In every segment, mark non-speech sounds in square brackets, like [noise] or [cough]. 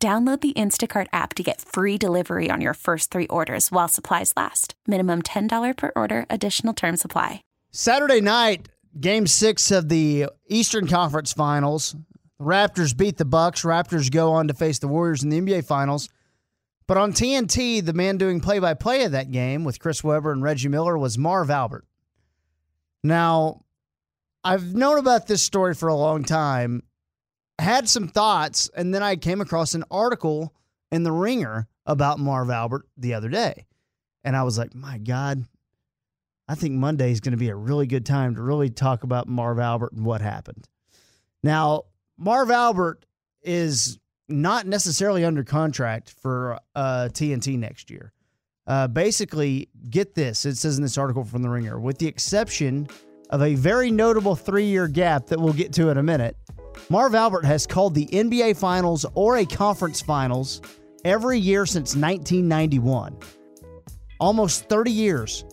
Download the Instacart app to get free delivery on your first three orders while supplies last. Minimum $10 per order, additional term supply. Saturday night, game six of the Eastern Conference Finals. The Raptors beat the Bucks. Raptors go on to face the Warriors in the NBA Finals. But on TNT, the man doing play by play of that game with Chris Webber and Reggie Miller was Marv Albert. Now, I've known about this story for a long time, had some thoughts, and then I came across an article in The Ringer about Marv Albert the other day. And I was like, my God, I think Monday is going to be a really good time to really talk about Marv Albert and what happened. Now, Marv Albert is not necessarily under contract for uh, TNT next year. Uh, basically, get this it says in this article from The Ringer, with the exception of a very notable three year gap that we'll get to in a minute, Marv Albert has called the NBA Finals or a conference finals every year since 1991. Almost 30 years.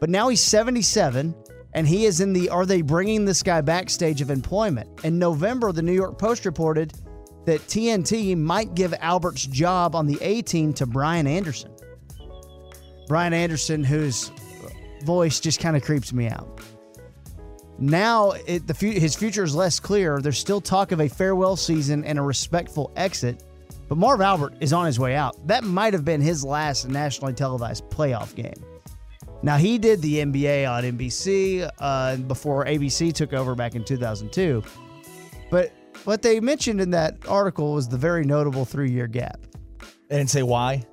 But now he's 77 and he is in the are they bringing this guy back stage of employment. In November, the New York Post reported that TNT might give Albert's job on the A team to Brian Anderson. Brian Anderson, whose voice just kind of creeps me out. Now, it, the fu- his future is less clear. There's still talk of a farewell season and a respectful exit, but Marv Albert is on his way out. That might have been his last nationally televised playoff game. Now, he did the NBA on NBC uh, before ABC took over back in 2002. But what they mentioned in that article was the very notable three year gap. They didn't say why.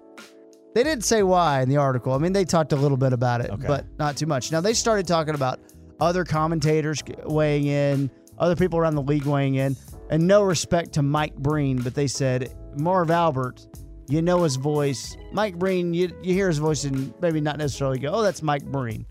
They didn't say why in the article. I mean, they talked a little bit about it, Okay. but not too much. Now, they started talking about other commentators weighing in, other people around the league weighing in, and no respect to Mike Breen, but they said, Marv Albert, you know his voice. Mike Breen, you, you hear his voice and maybe not necessarily go, oh, that's Mike Breen.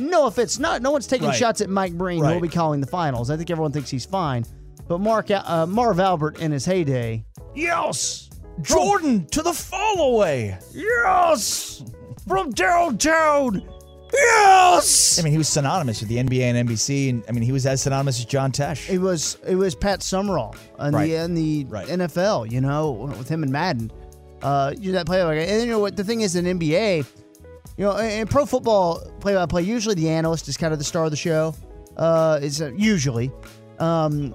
No offense, not no one's taking Right. shots at Mike Breen. who will Right. be calling the finals. I think everyone thinks he's fine, but Mark uh, Marv Albert in his heyday, Yes! Jordan to the fallaway! Yes! From downtown! Yes! I mean, he was synonymous with the NBA and NBC, and I mean, he was as synonymous as John Tesh. It was it was Pat Summerall in Right. the in the Right. NFL, you know, with him and Madden. Uh, you that play by and you know what the thing is in NBA, you know, in in pro football play by play, usually the analyst is kind of the star of the show. Uh, is uh, usually, um,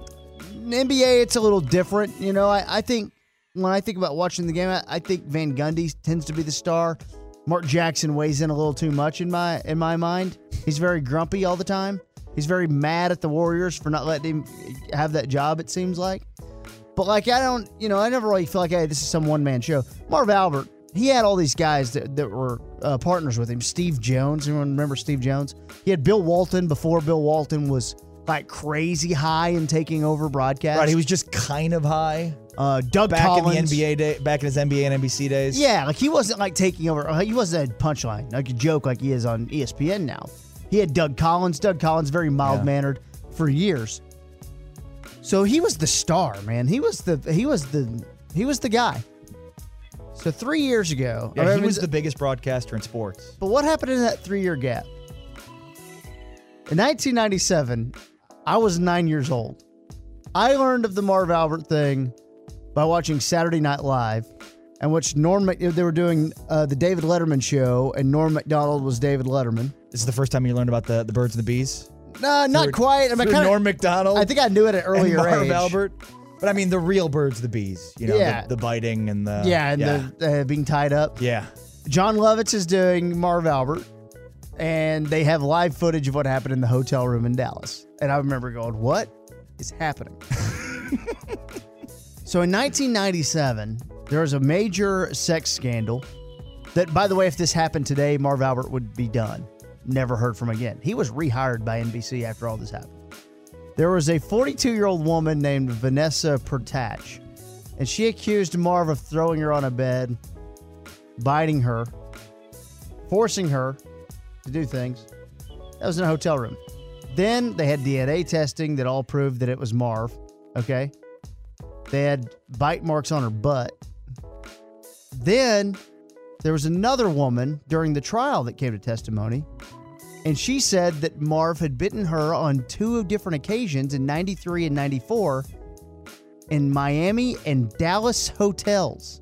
in NBA it's a little different. You know, I, I think when I think about watching the game, I, I think Van Gundy tends to be the star. Mark Jackson weighs in a little too much in my in my mind. He's very grumpy all the time. He's very mad at the Warriors for not letting him have that job. It seems like, but like I don't, you know, I never really feel like hey, this is some one man show. Marv Albert, he had all these guys that that were uh, partners with him. Steve Jones, anyone remember Steve Jones? He had Bill Walton before Bill Walton was like crazy high and taking over broadcast. Right, he was just kind of high uh, Doug back Collins. in the NBA day, back in his NBA and NBC days. Yeah, like he wasn't like taking over. uh, He wasn't a punchline, like a joke, like he is on E ESPN now. He had Doug Collins. Doug Collins, very mild mannered for years. So he was the star, man. He was the he was the he was the guy. So three years ago, Yeah, I he mean, was the biggest broadcaster in sports. But what happened in that three year gap? In 1997, I was nine years old. I learned of the Marv Albert thing by watching Saturday Night Live, in which Norm Mac- they were doing uh, the David Letterman show, and Norm McDonald was David Letterman. This is the first time you learned about the, the birds and the bees. Nah, not Through- quite. I mean, through kinda- Norm Macdonald. I think I knew it at an and earlier Marv age. Albert. But I mean, the real birds, the bees. You know, Yeah. the, the biting and the Yeah, and yeah. the uh, being tied up. yeah. John Lovitz is doing Marv Albert, and they have live footage of what happened in the hotel room in Dallas. And I remember going, What is happening? [laughs] so in 1997, there was a major sex scandal that, by the way, if this happened today, Marv Albert would be done. Never heard from again. He was rehired by NBC after all this happened. There was a 42 year old woman named Vanessa Pertach and she accused Marv of throwing her on a bed, biting her, forcing her to do things. That was in a hotel room. Then they had DNA testing that all proved that it was Marv. Okay. They had bite marks on her butt. Then there was another woman during the trial that came to testimony, and she said that Marv had bitten her on two different occasions in 93 and 94 in Miami and Dallas hotels.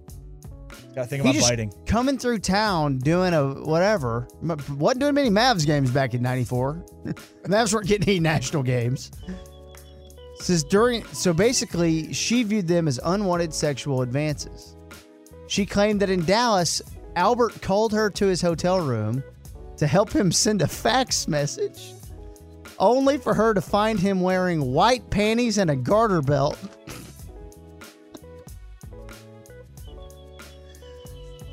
Gotta think He about just biting. coming through town doing a whatever. M- Wasn't doing many Mavs games back in '94. [laughs] Mavs weren't getting any national games. Says during so basically she viewed them as unwanted sexual advances. She claimed that in Dallas, Albert called her to his hotel room to help him send a fax message, only for her to find him wearing white panties and a garter belt.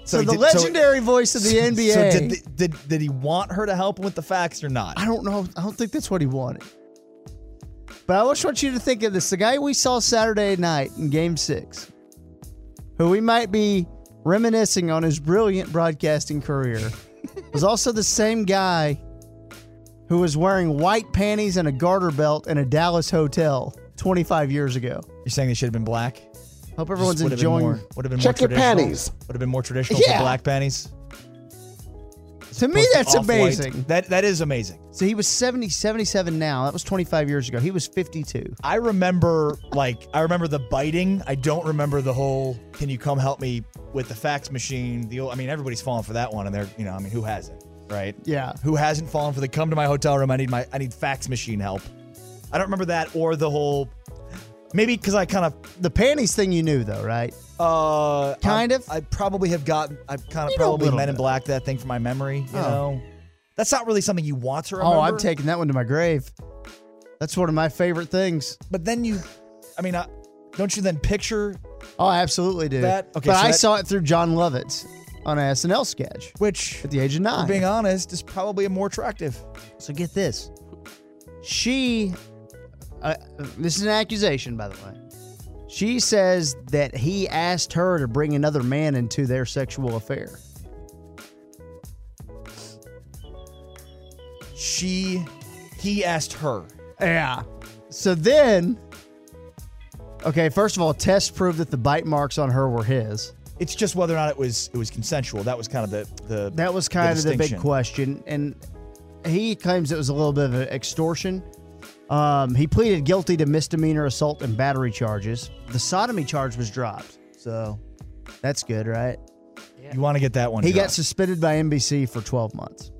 So, he the did- so- legendary voice of the NBA. [laughs] So did, the, did did he want her to help him with the facts or not? I don't know. I don't think that's what he wanted. But I just want you to think of this. The guy we saw Saturday night in game six, who we might be reminiscing on his brilliant broadcasting [laughs] career, was also the same guy who was wearing white panties and a garter belt in a Dallas hotel 25 years ago. You're saying they should have been black. Hope everyone's Just would've been enjoying. more- Would have been Check more your traditional. panties. Would have been more traditional Yeah. for black panties. To me, that's Off-white. amazing. That that is amazing. So he was 70, 77 now. That was 25 years ago. He was 52. I remember like I remember the biting. I don't remember the whole can you come help me with the fax machine? The old, I mean everybody's falling for that one and they're you know, I mean who hasn't, right? Yeah. Who hasn't fallen for the come to my hotel room, I need my I need fax machine help. I don't remember that or the whole maybe cuz I kind of The panties thing you knew, though, right? uh Kind I, of? I probably have gotten I kind of You know a probably little men in bit. black that thing from my memory, you Oh. know. That's not really something you want to remember. Oh, I'm taking that one to my grave. That's one of my favorite things. But then you I mean, I, don't you then picture Oh, I absolutely do. That- okay, but so I that- saw it through John Lovitz on an SNL sketch which at the age of for nine. being honest, is probably a more attractive. so get this. She, uh, this is an accusation, by the way. She says that he asked her to bring another man into their sexual affair. She, he asked her. Yeah. So then, okay, first of all, tests proved that the bite marks on her were his. It's just whether or not it was it was consensual. That was kind of the the That was kind of the big distinction. question, and he claims it was a little bit of an extortion. Um, he pleaded guilty to misdemeanor assault and battery charges. The sodomy charge was dropped, so that's good, right? You want to get that one. He got dropped. suspended by NBC for 12 months.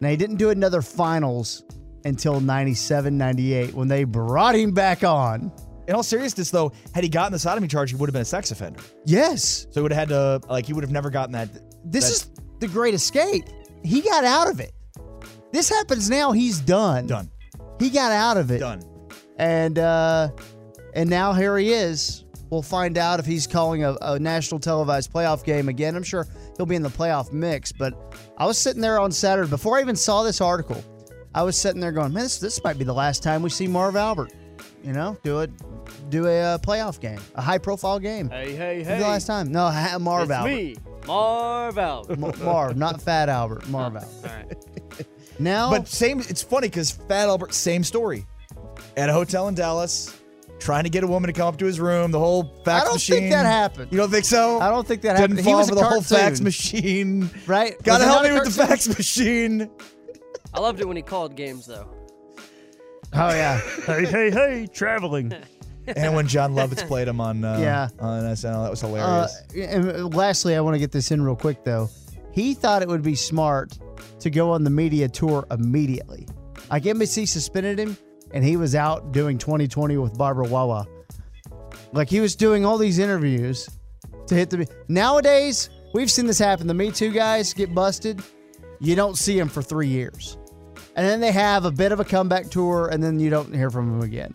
Now, he didn't do another finals until 97, 98 when they brought him back on. In all seriousness, though, had he gotten the sodomy charge, he would have been a sex offender. Yes. So he would have had to like he would have never gotten that. This that- is the great escape. He got out of it. This happens now. He's done. done, He got out of it. done. and uh, and now here he is. We'll find out if he's calling a, a national televised playoff game again. I'm sure he'll be in the playoff mix. But I was sitting there on Saturday before I even saw this article. I was sitting there going, "Man, this, this might be the last time we see Marv Albert. You know, do it, do a uh, playoff game, a high profile game. Hey, hey, Maybe hey. The last time, no, ha- Marv it's Albert, me, Marv Albert. M- Marv, not Fat Albert, Marv [laughs] Albert. [laughs] All right. Now, But same. It's funny because Fat Albert, same story, at a hotel in Dallas, trying to get a woman to come up to his room. The whole fax I don't machine. think that happened. You don't think so? I don't think that Didn't happened. He fall was for a the whole fax cartoon. [laughs] machine. right? Gotta Was it help not me a with the cartoon? fax [laughs] machine. I loved it when he called games, though. Oh yeah. and when John Lovitz played him on uh, Yeah. on SNL, that was Uh, hilarious. and lastly, I want to get this in real quick though. He thought it would be smart to go on the media tour immediately. Like NBC suspended him, and he was out doing 2020 with Barbara Wawa. Like he was doing all these interviews to hit the. Nowadays, we've seen this happen. The Me Too guys get busted. You don't see them for three years, and then they have a bit of a comeback tour, and then you don't hear from them again.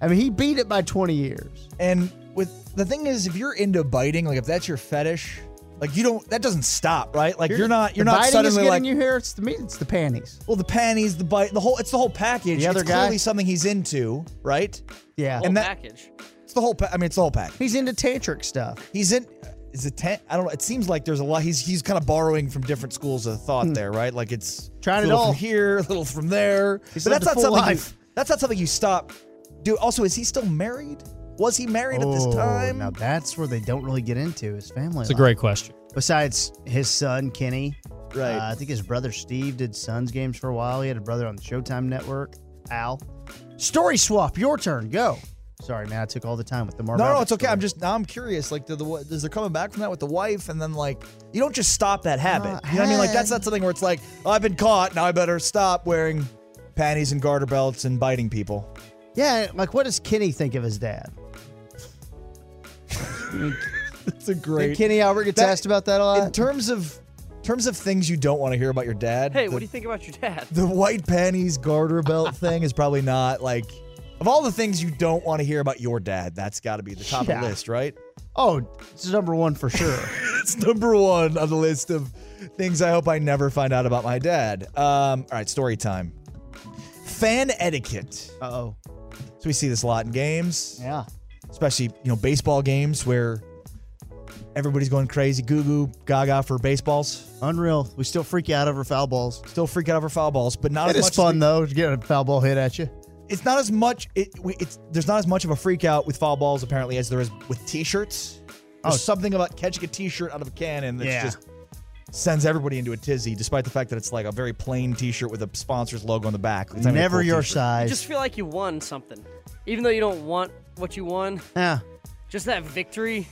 I mean, he beat it by 20 years. and with the thing is, if you're into biting, like if that's your fetish, like you don't, that doesn't stop, right? Like you're, not, you're the not biting is suddenly getting like, you here. It's the meat. It's the panties. well, the panties, the bite, the whole, it's the whole package. The other it's guy? clearly something he's into, right? Yeah. Whole that- package. the whole. Pa- I mean, it's the whole pack. He's into tantric stuff. He's in. Is it ten? I don't know. It seems like there's a lot. He's he's kind of borrowing from different schools of thought there, right? Like it's Trying a Hmm. it little all. from here, a little from there. He's but lived that's a not full something. life. You, that's not something you stop. Dude, also, is he still married? Was he married at Oh, this time? Now that's where they don't really get into his family. It's a life. great question. Besides his son Kenny, Right. Uh, I think his brother Steve did Suns games for a while. He had a brother on the Showtime Network. Al, story swap. Your turn. Go. Sorry, man. I took all the time with the Marv. No, no, Albert it's okay. story. I'm just now I'm curious. Like, the, the does there coming back from that with the wife, and then like you don't just stop that habit. Uh, you know what I mean? Like hey. that's not something where it's like oh, I've been caught. Now I better stop wearing panties and garter belts and biting people. yeah. Like, what does Kenny think of his dad? That's a Did great. Kenny Albert gets That- asked about that a lot? Uh, in terms of terms of things you don't want to hear about your dad. Hey, the, what do you think about your dad? the white panties garter belt thing is probably not like of all the things you don't want to hear about your dad. That's got to be the top Yeah. of the list, right? oh, it's number one for [laughs] sure. It's number one on the list of things I hope I never find out about my dad. Um, all right, story time. Fan etiquette. uh oh. So we see this a lot in games, Yeah. especially you know baseball games where everybody's going crazy, goo goo gaga for baseballs. Unreal. We still freak out over foul balls. Still freak out over foul balls, but not It as is much as fun though, to get a foul ball hit at you. it's not as much. It, we- it's there's not as much of a freak out with foul balls apparently as there is with t-shirts. There's Oh. something about catching a t-shirt out of a cannon that Yeah. just sends everybody into a tizzy, despite the fact that it's like a very plain t-shirt with a sponsor's logo on the back. It's not even a Never cool your t-shirt. You size. just feel like you won something, even though you don't want what you won. yeah. Just [laughs] that victory.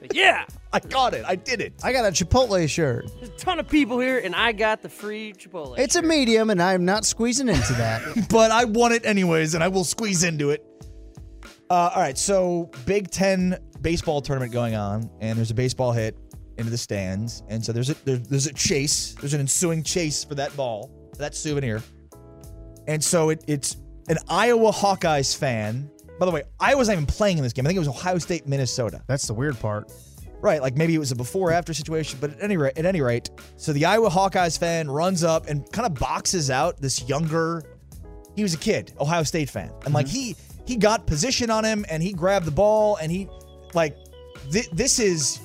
Like, yeah, I got it. I did it. I got a Chipotle shirt. there's a ton of people here, and I got the free Chipotle. It's a medium, and I'm not squeezing into that. But I won it anyways, and I will squeeze into it. Uh, all right, so Big Ten baseball tournament going on, and there's a baseball hit into the stands, and so there's a there's, there's a chase, there's an ensuing chase for that ball, for that souvenir, and so it, it's an Iowa Hawkeyes fan. By the way, Iowa's not even playing in this game. I think it was Ohio State, Minnesota. [laughs] That's the weird part. Right, like maybe it was a before after situation, but at any rate, at any rate, so the Iowa Hawkeyes fan runs up and kind of boxes out this younger he was a kid, Ohio State fan. And like he he got position on him and he grabbed the ball and he like thi- this is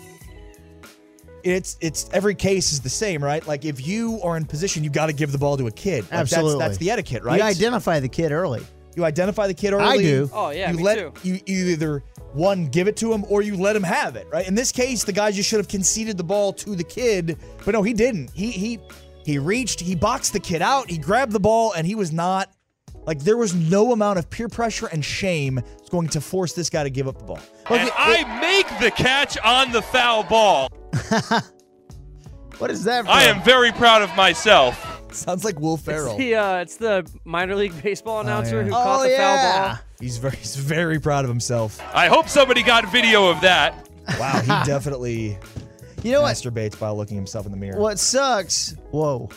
it's it's every case is the same, right? Like if you are in position, you got to give the ball to a kid. Like, Absolutely. that's, that's the etiquette, right? You identify the kid early. You identify the kid early. do. Oh, yeah, you me let too. you you either one give it to him or you let him have it. Right. In this case, the guy just should have conceded the ball to the kid, but no, he didn't. He he he reached. He boxed the kid out. He grabbed the ball, and he was not like there was no amount of peer pressure and shame that's going to force this guy to give up the ball. [laughs] Like, And it- I make the catch on the foul ball. What is that? I from? am very proud of myself. it sounds like Will It's [laughs] Ferrell. the uh, it's the minor league baseball announcer yeah. who Oh, caught the foul yeah. ball. He's very he's very proud of himself. I hope somebody got video of that. Wow, [laughs] he definitely You know what? masturbates by looking himself in the mirror. What sucks? Whoa.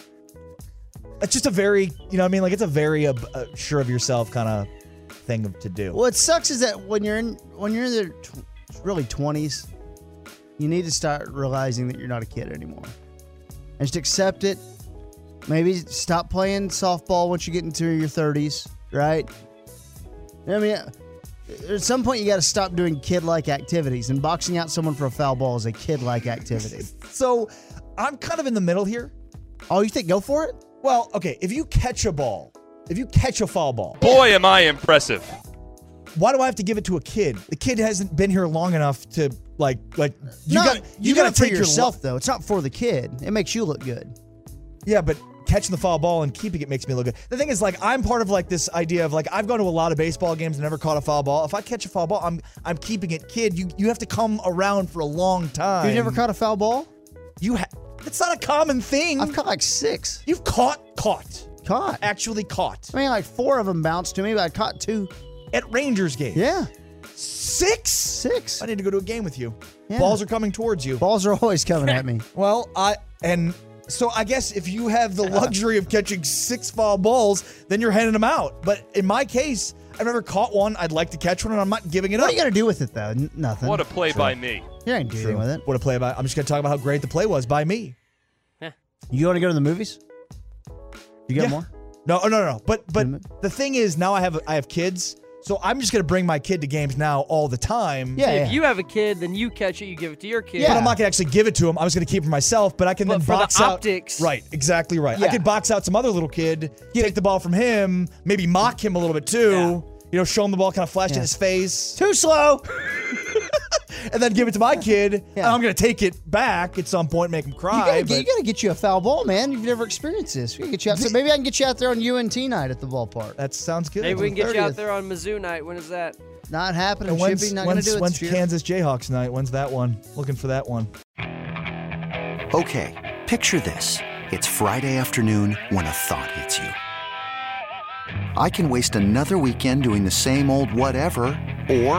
it's just a very you know what i mean like it's a very uh, uh, sure of yourself kind of thing to do What sucks is that when you're in when you're in the tw- really twenties, you need to start realizing that you're not a kid anymore, and just accept it. Maybe stop playing softball once you get into your thirties, right? I mean, uh, at some point you got to stop doing kid-like activities, and boxing out someone for a foul ball is a kid-like [laughs] activity. so i'm kind of in the middle here oh, you think go for it? well okay if you catch a ball if you catch a foul ball Boy, am I impressive. why do i have to give it to a kid the kid hasn't been here long enough to like like you No, got you, got it to for take your yourself li- though. It's not for the kid. It makes you look good. yeah but catching the foul ball and keeping it makes me look good the thing is like i'm part of like this idea of like i've gone to a lot of baseball games and never caught a foul ball if i catch a foul ball i'm i'm keeping it kid you you have to come around for a long time You never caught a foul ball? you ha- it's not a common thing I've caught like six. You've caught, caught, Caught. actually caught I mean, like four of them bounced to me, but I caught two. at Rangers game. Yeah, Six? six. I need to go to a game with you. Yeah. Balls are coming towards you. Balls are always coming [laughs] at me. Well, I and so I guess if you have [laughs] the luxury of catching six foul balls, then you're handing them out. But in my case, I've never caught one. I'd like to catch one, and I'm not giving it What are up. you gonna do with it though? N- nothing. What a play by me. You ain't doing anything with it. What a play about! I'm just gonna talk about how great the play was by me. You want to go to the movies? You got Yeah. more? No, no, no, no. But but Mhm. the thing is, now I have I have kids, So I'm just going to bring my kid to games now all the time. Yeah, If you have a kid, then you catch it, you give it to your kid. But I'm not going to actually give it to him. I was going to keep it for myself, but I can But then for the box out. optics. Right, exactly right. I Yeah. could box out some other little kid, take the ball from him, maybe mock him a little bit too. You know, show him the ball kind of flashed in his face, Too slow. and then give it to my kid. And Yeah. I'm going to take it back at some point, make him You cry. gotta, get, you but gotta get you a foul ball, man. You've never experienced this. We can get you out. So maybe I can get you out there on UNT night at the ballpark. that sounds good. Maybe we can get you 30th. out there on Mizzou night. When is that? Not happening. And when's, Chippy, not when's, gonna do it. when's this year. Kansas Jayhawks night? When's that one? Looking for that one. Okay, picture this. It's Friday afternoon when a thought hits you. I can waste another weekend doing the same old whatever, or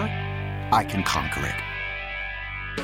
I can conquer it.